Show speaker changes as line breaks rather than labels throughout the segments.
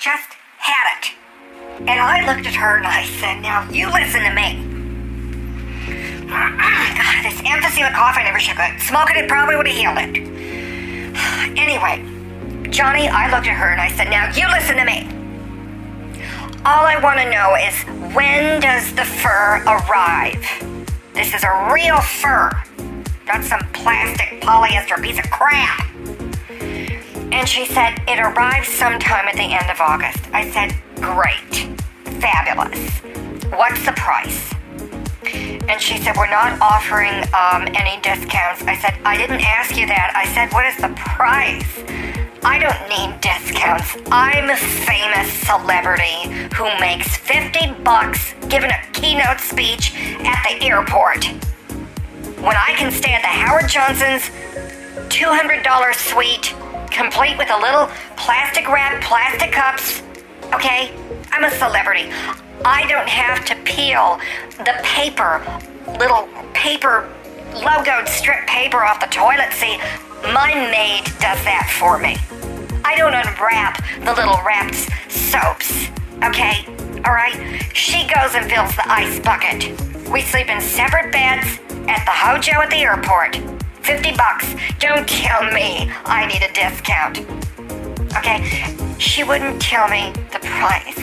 just had it. And I looked at her and I said, Now you listen to me. God, this emphysema cough, I never shook it. Smoking it probably would have healed it. Anyway, Johnny, I looked at her and I said, Now you listen to me. All I want to know is when does the fur arrive? This is a real fur, not some plastic polyester piece of crap. And she said, It arrives sometime at the end of August. I said, Great. Fabulous. What's the price? And she said, We're not offering um, any discounts. I said, I didn't ask you that. I said, What is the price? I don't need discounts. I'm a famous celebrity who makes 50 bucks giving a keynote speech at the airport. When I can stay at the Howard Johnson's $200 suite, complete with a little plastic wrap, plastic cups. Okay? I'm a celebrity. I don't have to peel the paper, little paper, logoed strip paper off the toilet seat. My maid does that for me. I don't unwrap the little wrapped soaps. Okay? Alright? She goes and fills the ice bucket. We sleep in separate beds at the Hojo at the airport. 50 bucks. Don't kill me. I need a discount. Okay? She wouldn't tell me the price.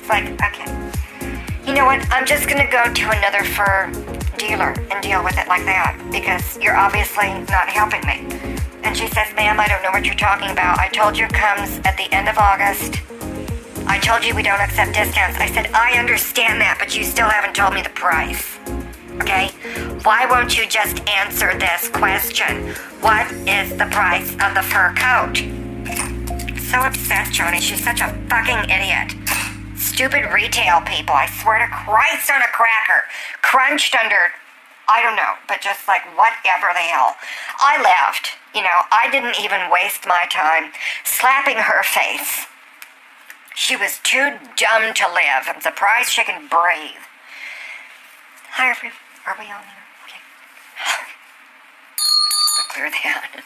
It's like, okay. You know what? I'm just gonna go to another fur dealer and deal with it like that because you're obviously not helping me. And she says, ma'am, I don't know what you're talking about. I told you it comes at the end of August. I told you we don't accept discounts. I said, I understand that, but you still haven't told me the price. Okay? Why won't you just answer this question? What is the price of the fur coat? So upset, Johnny. She's such a fucking idiot. Stupid retail people. I swear to Christ on a cracker. Crunched under, I don't know, but just like whatever the hell. I left. You know, I didn't even waste my time slapping her face. She was too dumb to live. I'm surprised she can breathe. Hi, are we, are we on here? Okay. I'll clear that.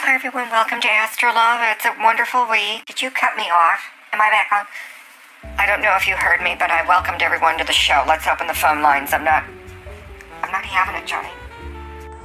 Hi, everyone. Welcome to Astrolove. It's a wonderful week. Did you cut me off? Am I back on? I don't know if you heard me, but I welcomed everyone to the show. Let's open the phone lines. I'm not. I'm not having it, Johnny.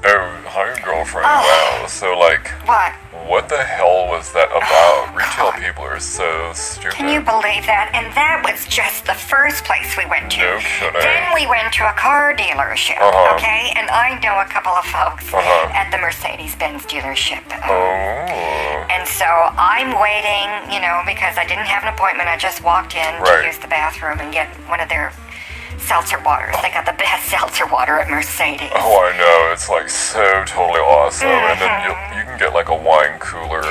Oh, hi, girlfriend.
Oh.
Wow. So, like,
What?
what the hell was that about? Retail
God.
people are so stupid.
Can you believe that? And that was just the first place we went to.
No kidding.
Then we went to a car dealership,
Uh-huh.
okay? And I know a couple of folks
Uh-huh.
at the Mercedes Benz dealership.
oh.
And so I'm waiting, you know, because I didn't have an appointment. I just walked in
Right.
to use the bathroom and get one of their seltzer waters. They got the best seltzer water at Mercedes.
Oh, I know. It's like so totally awesome. And then you, you can get like a wine cooler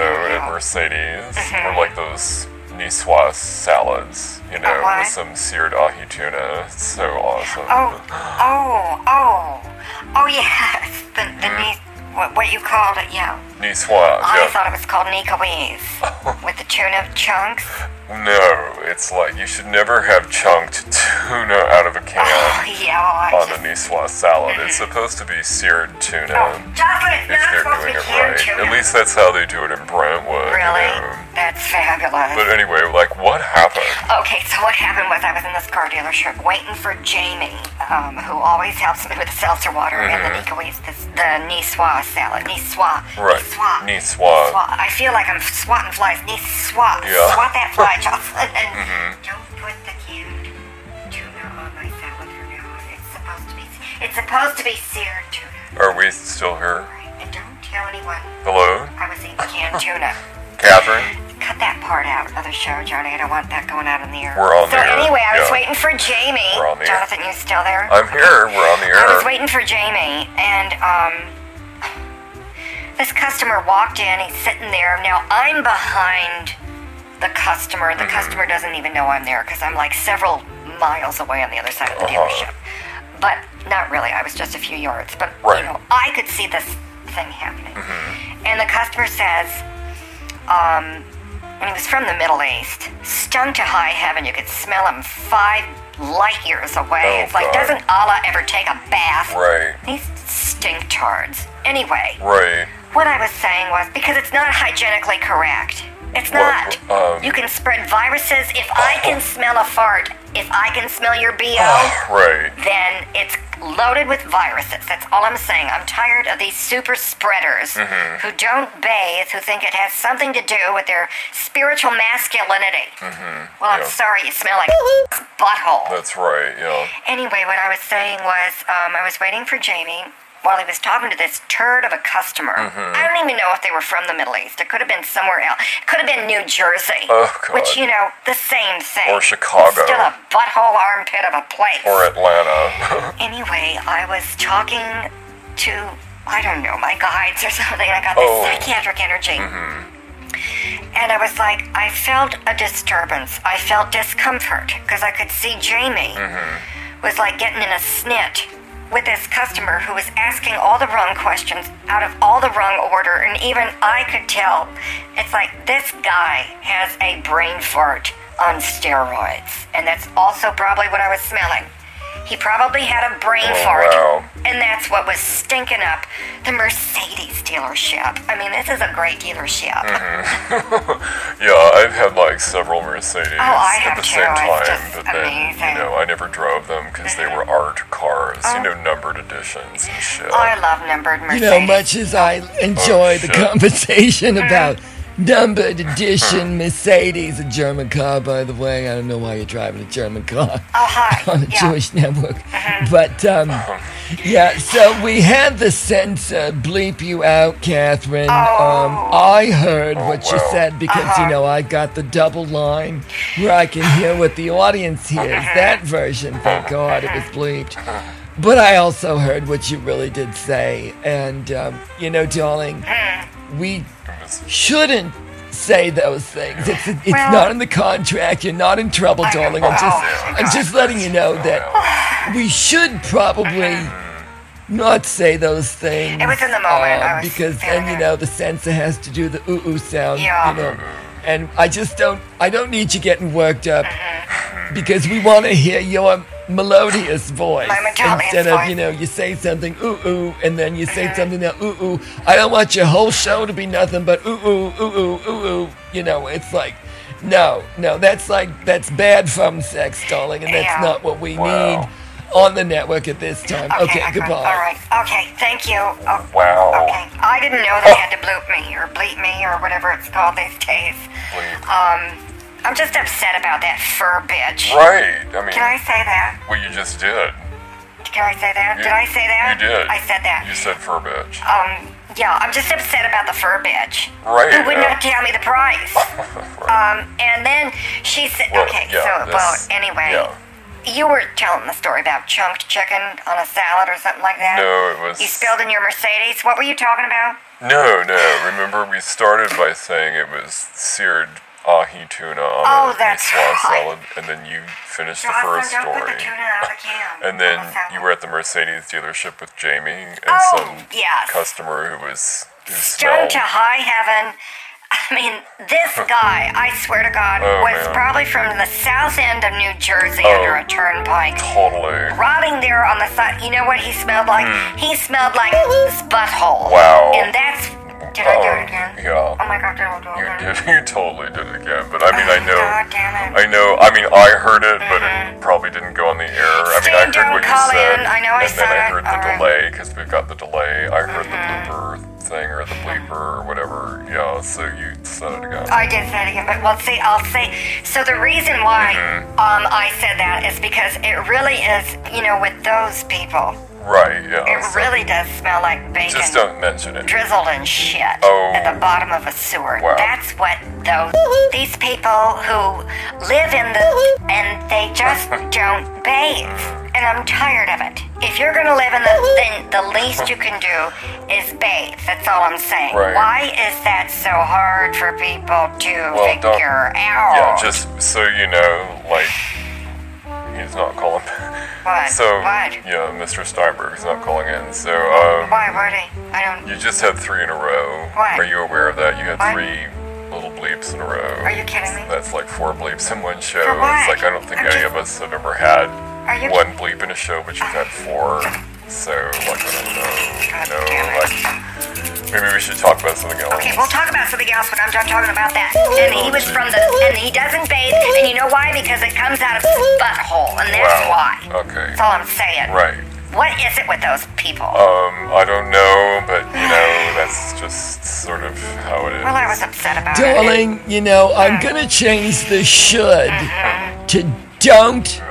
Mm-hmm. Oh, know. Mm-hmm.
at Mercedes, or like those Niçoise salads, you know,
what?
with some seared ahi tuna. It's so awesome.
Uh-huh. Oh, oh, oh, oh, yes. The, the niece, what, what you called it, yeah.
Niçoise.
I
Mm-hmm. yeah.
thought it was called Nicoese with the tuna chunks.
No, it's like you should never have chunked tuna out of a
Oh,
can
yeah, well, I
on
just,
a Niçoise salad. It's supposed to be seared tuna.
oh, just when it's not
if they're
supposed to
doing
be
it
canned
right.
tuna.
At least that's how they do it in Brentwood. you
really?
know.
That's fabulous.
But anyway, like, what happened?
Okay, so what happened was I was in this car dealership waiting for Jamie, um, who always helps me with the seltzer water and the Nicoese, the, the Niçoise salad. Niçoise.
Mm-hmm. Right.
Niçoise.
Niçoise.
Niçoise. I feel like I'm swatting flies. Niçoise.
Yeah. Mm-hmm.
Swat that fly, Jocelyn. And don't put the canned tuna on my salad for now. on. It's supposed to be, it's supposed to be seared tuna.
Are we still here?
Right. And don't tell anyone
Hello?
I was eating canned tuna.
Catherine?
Cut that part out of the show, Johnny. I don't want that going out in the air.
We're on
so
the air,
anyway, I was
yeah.
waiting for Jamie.
We're on the air.
Jonathan, you still there?
I'm here. We're on the air.
I was waiting for Jamie, and um, this customer walked in. He's sitting there. Now I'm behind the customer.
Mm-hmm.
The customer doesn't even know I'm there because I'm like several miles away on the other side of the
Uh-huh.
dealership. But not really. I was just a few yards. But
Right.
you know,
Mm-hmm.
I could see this thing happening. And the customer says, um, and he was from the Middle East, stung to high heaven. You could smell him five light years away.
Oh,
it's like,
God.
doesn't Allah ever take a bath?
Right.
These stink tards. Anyway,
Right.
what I was saying was because it's not hygienically correct. It's not.
What- um, uh,
you can spread viruses. If I can smell a fart, if I can smell your BO,
right.
then it's loaded with viruses. That's all I'm saying. I'm tired of these super spreaders
Mm-hmm.
who don't bathe, who think it has something to do with their spiritual masculinity. Well, I'm
Mm-hmm. yeah.
sorry you smell like butthole.
That's right. Yeah.
Anyway, what I was saying was um, I was waiting for Jamie while he was talking to this turd of a customer.
Mm-hmm.
I don't even know if they were from the Middle East. It could have been somewhere else. It could have been New Jersey,
Oh, God.
which you know, the same thing.
Or Chicago.
Still a butthole armpit of a place.
Or Atlanta.
anyway, I was talking to I don't know my guides or something. I got this
Oh. Mm-hmm.
psychiatric energy. And I was like, I felt a disturbance. I felt discomfort because I could see Jamie was like getting in a snit with this customer who was asking all the wrong questions out of all the wrong order. And even I could tell it's like this guy has a brain fart on steroids. And that's also probably what I was smelling. He probably had a brain
Oh,
fart.
wow.
And that's what was stinking up the Mercedes dealership. I mean, this is a great dealership.
Mm-hmm. yeah, I've had like several Mercedes
Oh, I
at
have
the
too.
same
It's
time,
just
but then
amazing. Mm-hmm.
you know I never drove them because they were art cars, you know, numbered editions and shit.
Oh, I love numbered
You
Mercedes.
know, much as I enjoy the
shit.
conversation about numbered edition Mercedes, a German car, by the way. I don't know why you're driving a German car
Oh, hi.
on the
yeah. Uh-huh.
Jewish network. But, um, yeah, so we had the censor bleep you out, Catherine. Um,
Oh. Uh-huh.
I heard what you
wow.
said because, you know, I got the double line where I can hear what the audience hears.
Uh-huh.
That version, thank God, it was bleeped. But I also heard what you really did say. And, um, you know, darling,
Uh-huh.
we
It was-
shouldn't say those things. It's, it's
Well-
not in the contract. You're not in trouble, darling. I'm just,
Oh,
I'm just letting you know that we should probably not say those things. um,
It was in the moment. I was
because
feeling
then you
it.
know the sensor has to do the ooh ooh sound.
Yeah.
You know, and I just don't. I don't need you getting worked up
Mm-hmm.
because we want to hear your melodious voice
My metallic
instead of
voice.
you know you say something ooh ooh and then you say something that ooh ooh. I don't want your whole show to be nothing but ooh ooh ooh ooh ooh ooh. You know, it's like. No, no, that's like that's bad phone sex, darling, and that's
Yeah.
not what we
Wow.
need on the network at this time. Okay,
okay,
goodbye.
All right. Okay. Thank you. Oh,
Wow.
Okay. I didn't know they had to bloop me or bleep me or whatever it's called these days.
bleep.
Um, I'm just upset about that fur bitch.
right. I mean,
Did I say that?
what you just did.
Did I say that?
You-
did I say that?
You did.
I said that.
You said for a bitch.
Um, yeah, I'm just upset about the fur bitch.
Right,
Who would
yeah.
not tell me the price.
right.
Um, and then she said,
Well,
okay,
yeah,
so, well,
that's-
anyway,
yeah.
you were telling the story about chunked chicken on a salad or something like that.
No, it was-
You spilled in your Mercedes. What were you talking about?
no, no. Remember, we started by saying it was seared ahi tuna on
Oh,
a
that's
swan
right.
salad, and then you finished the first
Johnson, don't put the
story.
tuna out of the can.
And
on
then
the salad.
you were at the Mercedes dealership with Jamie and
Oh,
some
yes.
customer who was who
Stung
smelled.
to high heaven. I mean, this guy, I swear to God,
Oh,
was
man.
probably from the south end of New Jersey
Oh.
under a turnpike.
Totally.
rotting there on the side. You know what he smelled like? He smelled like his butthole.
Hmm. Wow.
And that's. Did I do it again?
um, Yeah.
Oh my god, did I do
You
it again?
did. You totally did it again. But I mean, I know.
God damn it.
I know. I mean, I heard it, but
Mm-hmm.
it probably didn't go on the air. I mean, I
Steve,
heard
don't
what you
call
said,
in. I know I
and then
said
I
it. Mm-hmm.
heard the
Alright.
delay because we've got the delay. I heard the blooper thing or the bleeper or whatever. Yeah. So you said it again.
I did say it again, but well, see, I'll say. So the reason why um, I said that is because it really is, you know, with those people,
right. Yeah.
it
so
really does smell like bacon
Just don't mention it.
drizzled and shit
Oh.
at the bottom of a sewer.
Wow.
That's what those these people who live in the and they just don't bathe. And I'm tired of it. If you're gonna live in the then the least you can do is bathe. That's all I'm saying.
Right.
Why is that so hard for people to
Well, don't-
figure out?
Yeah. Just so you know, like he's not calling.
what?
so
what?
yeah, Mr. Steinberg's not calling in. So um.
Why would he? I don't.
You just had three in a row.
What?
Are you aware of that? You had
What?
three little bleeps in a row.
Are you kidding me?
That's like four bleeps in one show.
For what?
It's like I don't think
I'm
any
just-
of us have ever had
Are you-
one bleep in a show, but you've had four. So, like,
God
I
damn
don't know. No,
it.
like, maybe we should talk about something else.
Okay, we'll talk about something else when I'm done talking about that. And he was from the, and he doesn't bathe, and you know why? Because it comes out of his butthole, and that's
wow.
why.
Okay.
That's all I'm saying.
Right.
What is it with those people?
Um, I don't know, but you know, that's just sort of how it is.
well, I was upset about it.
Darling, you know, I'm gonna change the should to don't
Yeah.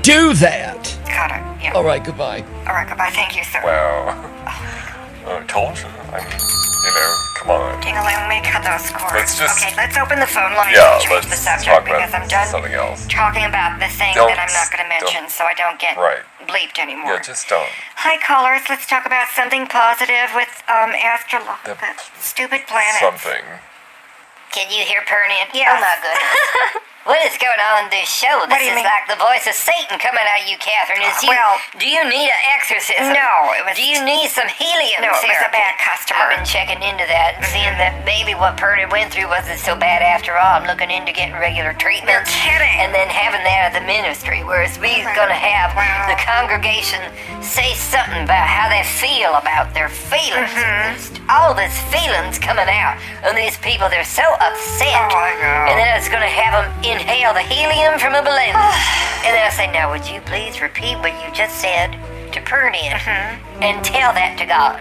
do that.
Got it. Yeah.
All right, goodbye.
All right, goodbye. Thank you, sir.
Wow. I told you. I mean, you know, come on.
Ding a ling, make cut those cords.
Let's just-
okay, let's open the phone line
Yeah,
and change the
let's
subject
talk
because I'm
about
done
something else.
talking about the thing
Don't
that I'm not
s-
going to
don't-
mention so I don't get
Right.
bleeped anymore.
Yeah, just don't.
Hi, callers. Let's talk about something positive with um, astrolo-
The-
the stupid planet.
Something.
Can you hear Pernian?
Yes.
Oh my goodness. what is going on in this show? This
What do you
is
mean?
like the voice of Satan coming out of you, Catherine. Is you,
Well-
do you need an exorcism?
No, it was-
Do you need some helium
No, it was a
therapy?
bad customer.
I've been checking into that and seeing that maybe what Pernian went through wasn't so bad after all. I'm looking into getting regular
You're
treatment.
kidding. Oh
And then having that at the ministry, whereas we're going to have
Wow.
the congregation say something about how they feel about their feelings.
Mm-hmm.
All this feelings coming out on these people. They're so upset.
Oh, I know.
And then it's going to have them inhale the helium from a balloon. and then I say, now would you please repeat what you just said to Pernian and tell that to God?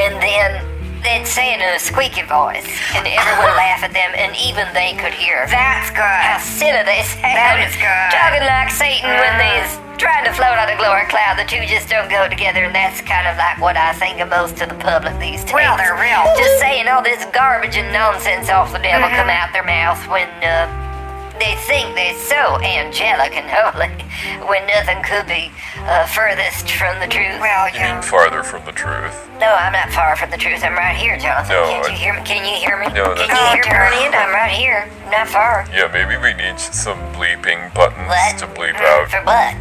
And then. They'd say it in a squeaky voice, and everyone would laugh at them, and even they could hear.
That's
How
good.
silly they sound.
That is good.
Talking like Satan when they's trying to float on a glory cloud. The two just don't go together, and that's kind of like what I think of most to the public these days.
Well, they're real.
Just saying all this garbage and nonsense off the devil come out their mouth when, uh, they think they're so angelic and holy when nothing could be uh, furthest from the truth.
Well,
You
yeah.
mean farther from the truth?
No, I'm not far from the truth. I'm right here, Jonathan.
No,
Can't
I-
you hear me? Can you hear me?
No, that's-
Can you hear
Oh, darn.
Pernian? I'm right here. Not far.
Yeah, maybe we need some bleeping buttons
What?
to bleep
For
Mm.
out
what?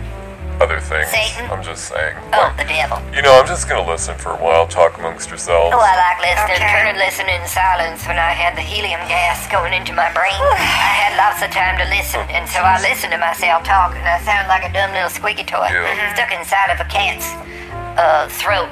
other things.
Satan?
I'm just saying.
Oh,
Like,
the devil.
you know, I'm just gonna listen for a while, talk amongst yourselves.
Oh, I like listening.
Okay.
Couldn't listen in silence when I had the helium gas going into my brain. I had lots of time to listen, and so I listened to myself talk, and I sound like a dumb little squeaky toy
Yeah.
Mm-hmm.
Mhm.
stuck inside of a cat's uh, throat.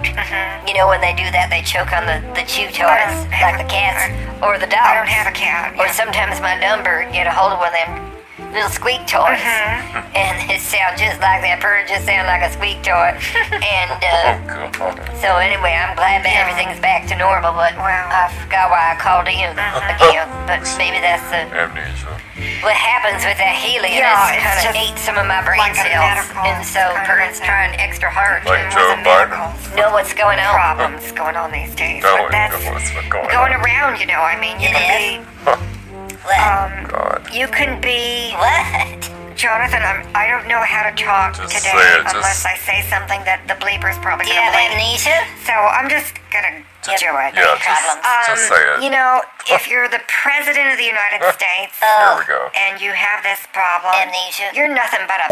You know, when they do that, they choke on the, the chew
Mm-hmm. I
toys,
don't
like
have
the
a-
cats or the dogs.
I don't have a cat.
Or sometimes my dumb bird get a hold of one of them little squeak toys,
Mm-hmm.
and it sound just like that. Purr just sound like a squeak toy, and. Uh,
Oh god.
so anyway, I'm glad that everything's back to normal, but
Wow.
I forgot why I called in
Uh-huh.
again. But maybe that's the,
Amnesia.
what happens with that helium.
Yeah,
it's
it's
kind of
just
ate some of my brain
like a
cells,
medical
and so
kind of
Perkins
thing.
trying extra hard
Like
to
Joe
Wasn't
Biden.
miracles.
know what's going on.
Problems going on these days.
No,
but that's
no, what's been going
going
on?
around, you know. I mean, you
It
can be,
What?
um,
God.
you can be,
what?
Jonathan. I'm, I don't know how to talk
Just
today
say it,
unless
just-
I say something that the bleeper's probably
Do you
gonna
have
bleep.
amnesia?
So I'm just gonna do it.
Yeah,
problems.
just, just say it.
You know, if you're the president of the United States
Here we go.
and you have this problem,
Amnesia.
you're nothing but a,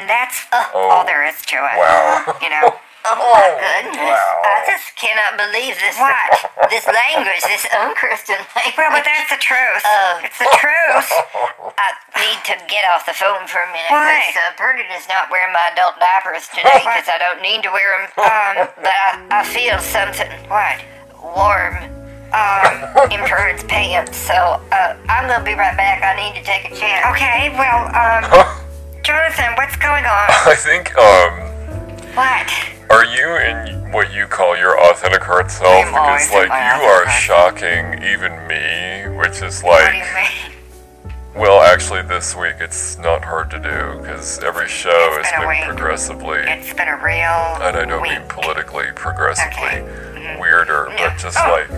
and that's
Oh.
all there is to it.
Wow.
You know.
Oh my goodness!
wow.
I just cannot believe this.
What?
This language, this unchristian language.
Well, but that's the truth.
Oh.
It's the truth.
I need to get off the phone for a minute.
Why?
Because uh, Perdon is not wearing my adult diapers today because I don't need to wear them. Um, but I, I feel something
What?
warm um, in Perdon's pants. So uh, I'm going to be right back. I need to take a chance.
Okay. Well, um, Jonathan, what's going on?
I think um
What?
are you in what you call your authentic heart self?
I'm always
Because
in
like
my
you
authentic
are
heart.
shocking even me, which is
What do you
like
mean?
well actually this week it's not hard to do because every show
It's
has
been a week.
been progressively
It's been a real
and I don't
week.
mean politically progressively
Okay. Mm-hmm.
weirder,
Yeah.
but just
Oh.
like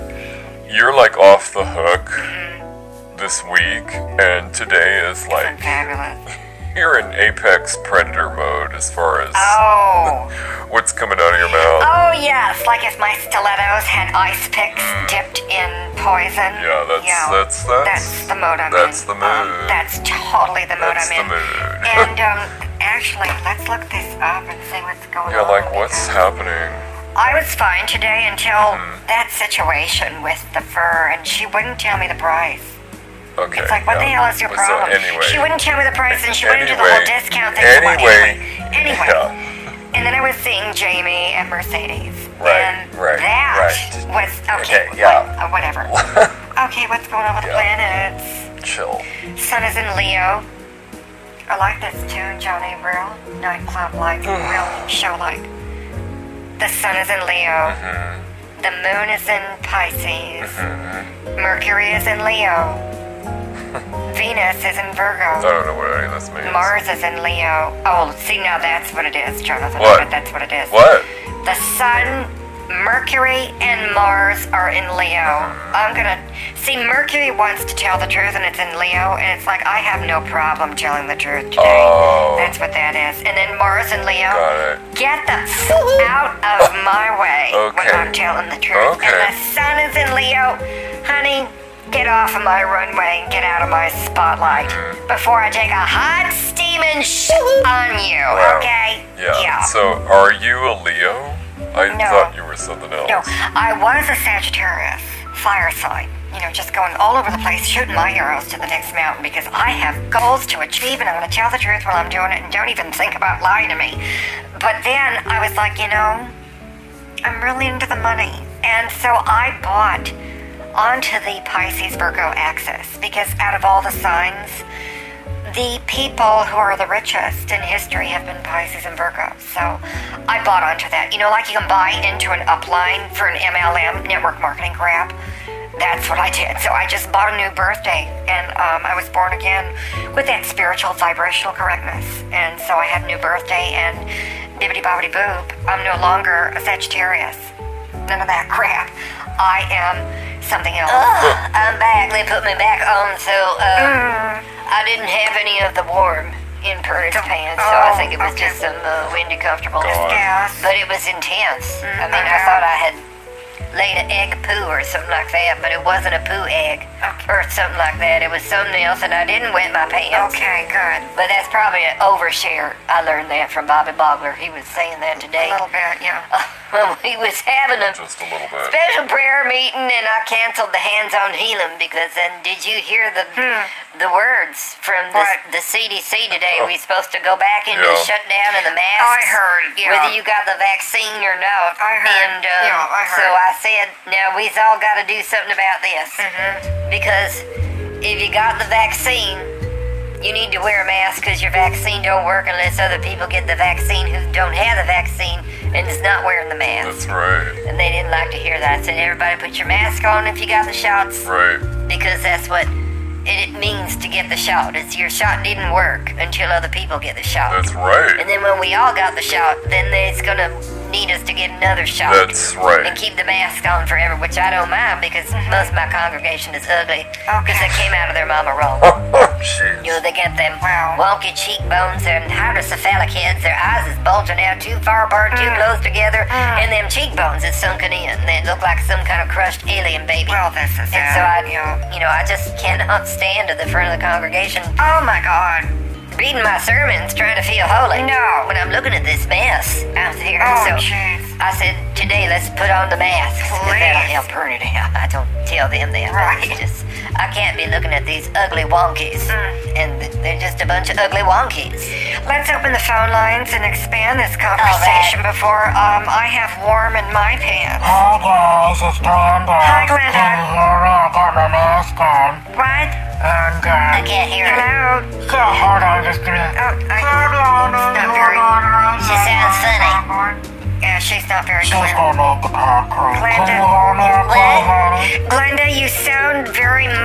you're like off the hook
Mm-hmm.
this week and today
It's
is
been
like
fabulous.
you're in apex predator mode as far as
Oh.
what's coming out of your mouth.
Oh yes, like if my stilettos had ice picks dipped in poison.
Mm. Yeah, that's that's that's
that's the mode I'm
that's
in.
the
Um,
mood.
that's totally the mode
that's
I'm
the
in.
mood.
And um, actually, let's look this up and see what's going
yeah,
on.
like what's Mm-hmm.
because
happening?
I was fine today until that situation with the fur, and she wouldn't tell me the price.
Okay.
It's like, what the
yeah.
hell is your
So
problem?
anyway,
She wouldn't tell me the price, and she wouldn't do the
Anyway.
whole discount thing. she wanted.
Anyway.
anyway, anyway.
yeah.
And then I was seeing Jamie at Mercedes.
Right,
And
right,
that
right.
was okay.
Okay, yeah.
what- uh, whatever. okay, what's going on with the
Yeah.
planets?
Chill.
Sun is in Leo. I like this tune, Johnny. Real nightclub like, real show like. The sun is in Leo.
Mm-hmm.
The moon is in Pisces.
Mm-hmm.
Mercury is in Leo. Venus is in
I
Virgo.
don't know what any of this means.
Mars is in Leo. Oh, see, now that's what it is, Jonathan.
What?
That's what it is.
What?
The Sun, Mercury, and Mars are in Leo. I'm gonna see. Mercury wants to tell the truth, and it's in Leo, and it's like I have no problem telling the truth today.
Oh.
That's what that is. And then Mars and Leo.
Got it.
Get the f- out of my way when
Okay.
I'm telling the truth.
Okay.
And the sun is in Leo. Honey, get off of my runway and get out of my spotlight
Mm.
before I take a hot steaming sh- on you.
Wow.
Okay?
Yeah. So, are you a Leo? I
No.
thought you were something else.
No, I was a Sagittarius, fire sign. You know, just going all over the place, shooting my arrows to the next mountain because I have goals to achieve and I'm going to tell the truth while I'm doing it and don't even think about lying to me. But then I was like, you know, I'm really into the money. And so I bought onto the Pisces Virgo axis because out of all the signs, the people who are the richest in history have been Pisces and Virgo. So I bought onto that. You know, like you can buy into an upline for an MLM network marketing crap. That's what I did. So I just bought a new birthday and um, I was born again with that spiritual vibrational correctness. And so I had a new birthday and bibbity bobbity boop. I'm no longer a Sagittarius none of that crap. I am something else.
I'm back. They put me back on, so uh, I didn't have any of the warm in Pernod's pants, so
oh,
I think it was
okay.
just some uh, windy comfortableness.
God.
Gas.
But it was intense. I mean,
Mm-hmm.
I thought I had laid an egg poo or something like that, but it wasn't a poo egg or something like that. It was something else, and I didn't wet my pants.
Okay, good.
But that's probably an overshare. I learned that from Bobby Bogler. He was saying
A
that today.
little bit, yeah.
when we was having a
Just a little bit.
special prayer meeting and I canceled the hands on healing because then did you hear the
Hmm.
the words from the,
What?
the CDC today? We're supposed to go back into the
Yeah.
shutdown and the masks.
I heard, yeah.
Whether you got the vaccine or not.
I heard,
And, um,
yeah, I
So
heard.
I said, now we've all got to do something about this
Mm-hmm.
because if you got the vaccine. You need to wear a mask because your vaccine don't work unless other people get the vaccine who don't have the vaccine and is not wearing the
That's
mask.
right.
And they didn't like to hear that. I said, everybody put your mask on if you got the shots,
Right.
because that's what it means to get the shot. It's your shot didn't work until other people get the shot.
That's right.
And then when we all got the shot, then it's gonna need us to get another shot.
That's right.
And keep the mask on forever, which I don't mind because most of my congregation is ugly because they came out of their mama roll.
Jeez.
You know, they got them wonky cheekbones and hydrocephalic heads. Their eyes is bulging out too far apart, too close together, and them cheekbones is sunken in. They look like some kind of crushed alien baby.
Well, this is
and
it.
so I,
yeah.
you know, I just cannot stand at the front of the congregation
Oh my god.
reading my sermons, trying to feel holy.
No.
when I'm looking at this mess out there.
Oh,
so
jeez.
I said, today let's put on the masks. 'cause That'll
Please.
help burn it out. I don't tell them that. but
Right.
it's Just, I can't be looking at these ugly wonkies. And they're just a bunch of ugly wonkies.
Let's open the phone lines and expand this conversation before um, I have warm in my pants.
Hi guys, it's Glenda.
Hi, Glenda.
Can you hear me? I got my mask on.
What?
And,
I
uh,
can't hear her.
Hello?
so hold on just a minute.
Oh, I,
Not
very-
She sounds funny.
yeah, she's not very
She's
clear.
gonna make the pot cry. Can
Glenda.
you hear me okay,
What?
honey?
Glenda, you sound very
Doesn't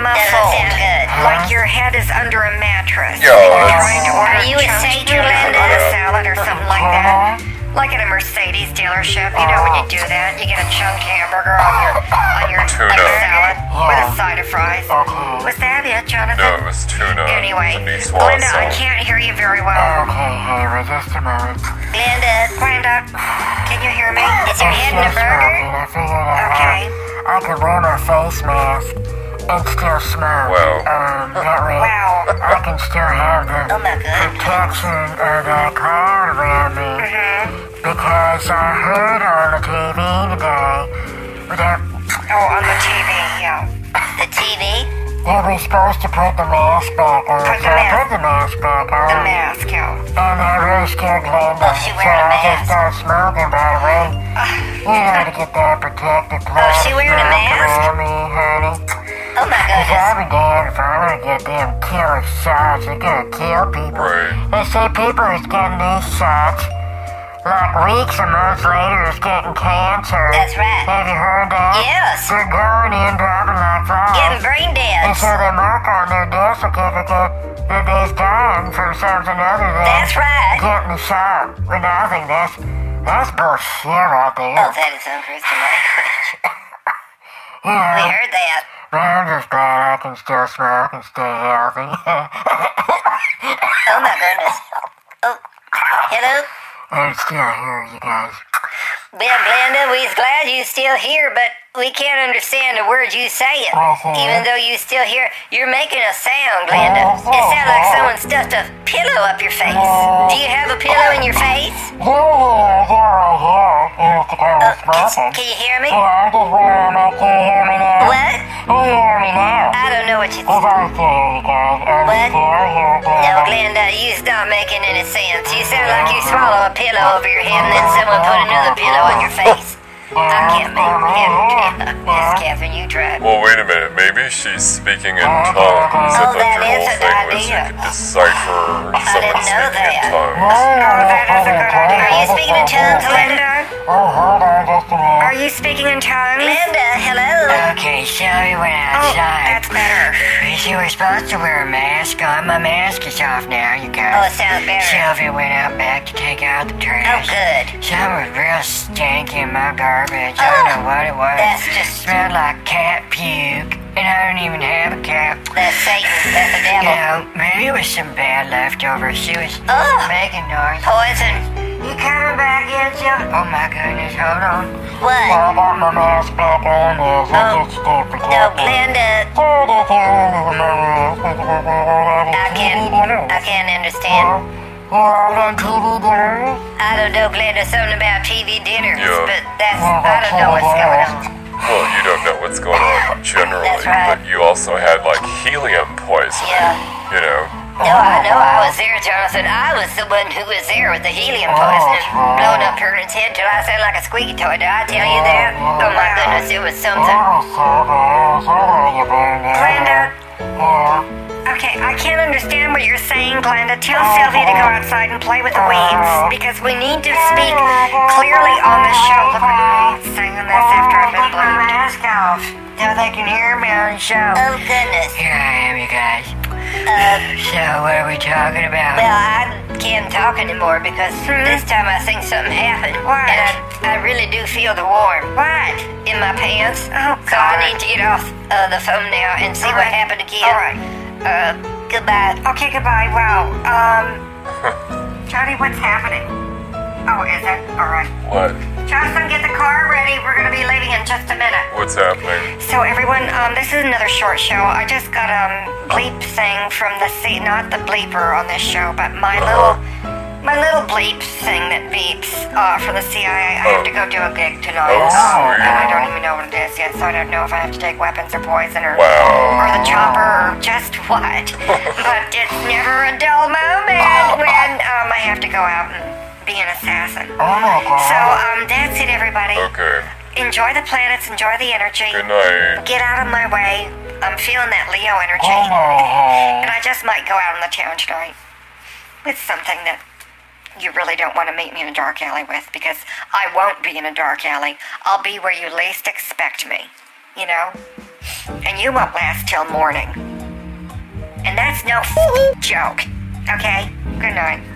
muffled.
sound good.
Like your head is under a mattress.
Yeah,
You're
that's-
trying to order
Are you a
chunky
Satan,
chicken
Linda?
on a salad or something like that. Like at a Mercedes dealership, you know when you do that, you get a chunk hamburger on your on your, on your
Tuna.
salad with a
Yeah.
side of fries.
Okay.
Was that it,
No,
Jonathan?
it was tuna.
anyway,
Denise
Glenda, I
Watson.
can't hear you very well.
Okay, Harry, just a minute.
Glenda,
Glenda, can you hear me?
is your head in a
Yes,
burger?
honey, I figured it
Okay.
out. I could wear a face mask and still smoke.
Wow.
Um, that way
Wow.
I can still have the
Oh my God.
protection of the crowd around me.
Mm-hmm.
Because I heard on the TV today that
Oh, on the TV, yeah.
The TV?
They were supposed to put the mask back on,
Put the
so I
mask-
put the mask back on.
The mask, yo.
And I really still
Oh,
blamed it,
she
so
wearing a
I just
mask.
started smoking right away. You know to get that protective glass.
Oh, she wearing a mask?
Me, honey.
Oh my
If
goodness.
I be damned if I'm gonna get them killer shots, you're gonna kill people.
Right.
They see people who's getting these shots, like weeks and months later, is getting cancer.
That's right.
Have you heard that?
Yes.
They're going in dropping like flies.
Getting brain
And
dead.
so they mark on their death certificate that they's dying from something other than
That's right.
getting shot. And I think that's, that's bullshit right
Oh,
there.
that is unchristian language. We
You know,
heard that.
I'm just glad I can still smoke and stay healthy.
Oh my goodness. Oh, hello?
I'm still here, you guys.
Bill Blanda, we's glad you still here, but we can't understand a word you saying.
Uh-huh.
Even though you still here, you're making a sound, Glenda. It sounds like someone stuffed a pillow up your face. Do you have a pillow in your face?
Yeah, yeah, yeah, yeah. Yeah, it's kind
Uh,
of
can,
smoking.
can you hear me?
Yeah, I just wanna make you hear me now.
What?
You hear me now.
I don't know what you.
It's okay, you guys. I'm
What?
still here,
No,
Glenda.
Glenda, you stop making any sense. You sound like you swallow a pillow over your head and then someone put another pillow on your face. I can't make
Uh-huh.
him. Miss Catherine, you try.
Well, wait a minute. Maybe she's speaking in tongues. I
Oh,
thought
that
your whole
is an
thing was you
idea.
could decipher someone speaking in
didn't know that.
tongues.
that is a good idea.
Are you speaking in tongues,
Glenda,
Oh, hold on just a minute.
are you speaking in tongues?
Glenda, hello.
Okay, sorry we're
Oh,
outside.
that's better.
You see, we're supposed to wear a mask on. My mask is off now, you
Oh,
guys.
it sounds better.
Sylvia went out back to take out the
Oh,
trash.
good.
Some was real stinky in my garbage. I don't
Oh,
know what it was.
That's just
smelled like cat puke, and I don't even have a cat.
that's Satan. That's the
You
devil.
know, maybe it was some bad leftovers. She was
Oh,
making noise.
poison.
You coming back in, Sylvia? Oh my goodness, hold on.
What?
I got my mask back on now, so
Oh,
it's still
No,
protected.
Glenda,
Oh, that's all I remember. That's all I remember.
I can't. I can't understand.
Well, I'm on TV dinner.
I don't know, Glenda, something about TV dinners,
Yeah.
but that's I don't know what's going on.
Well, you don't know what's going on generally,
That's right.
but you also had like helium poisoning.
Yeah.
You know,
No, I know I was there, Jonathan. I was the one who was there with the helium poisoning blown up Herman's head till I sound like a squeaky toy. Did I tell you that? Oh my goodness, it was something.
Oh, sorry, sorry, you
Glenda,
Yeah.
okay, I can't understand what you're saying, Glenda. Tell Sylvia to go
Oh.
outside and play with the weeds because we need to speak clearly on the show. Look at me singing this after I've been blamed.
mask off. Now they can hear me on the show.
Oh goodness.
Here I am, you guys.
Uh,
So, what are we talking about?
well, I can't talk anymore because this time I think something happened,
What?
Hmm? and I, I really do feel the warm
What?
in my pants.
Oh,
So I
God.
need to get off uh, the phone now and see
All
what
right.
happened again.
All right.
Uh, goodbye.
Okay, goodbye. Wow. Um, Johnny, what's happening? Oh, is it? All right.
what
Jocelyn, get the car ready. We're gonna be leaving in just a minute.
what's happening?
So everyone, um, this is another short show. I just got um bleep thing from the se- not the bleeper on this show, but my
Uh-huh.
little my little bleep thing that beeps uh, from the CIA. I have to go do a gig tonight.
Oh,
and
sweet.
I don't even know what it is yet, so I don't know if I have to take weapons or poison or
Wow.
or the chopper or just what. but it's never a dull moment when um, I have to go out and be an assassin.
Oh, my God.
So
Uh-huh.
um, that's it, everybody.
Okay.
Enjoy the planets, enjoy the energy.
Uh-huh. Good night.
Get out of my way. I'm feeling that Leo energy,
oh, my
and I just might go out on the town tonight with something that you really don't want to meet me in a dark alley with because I won't be in a dark alley. I'll be where you least expect me, you know? And you won't last till morning. And that's no joke, okay? Good night.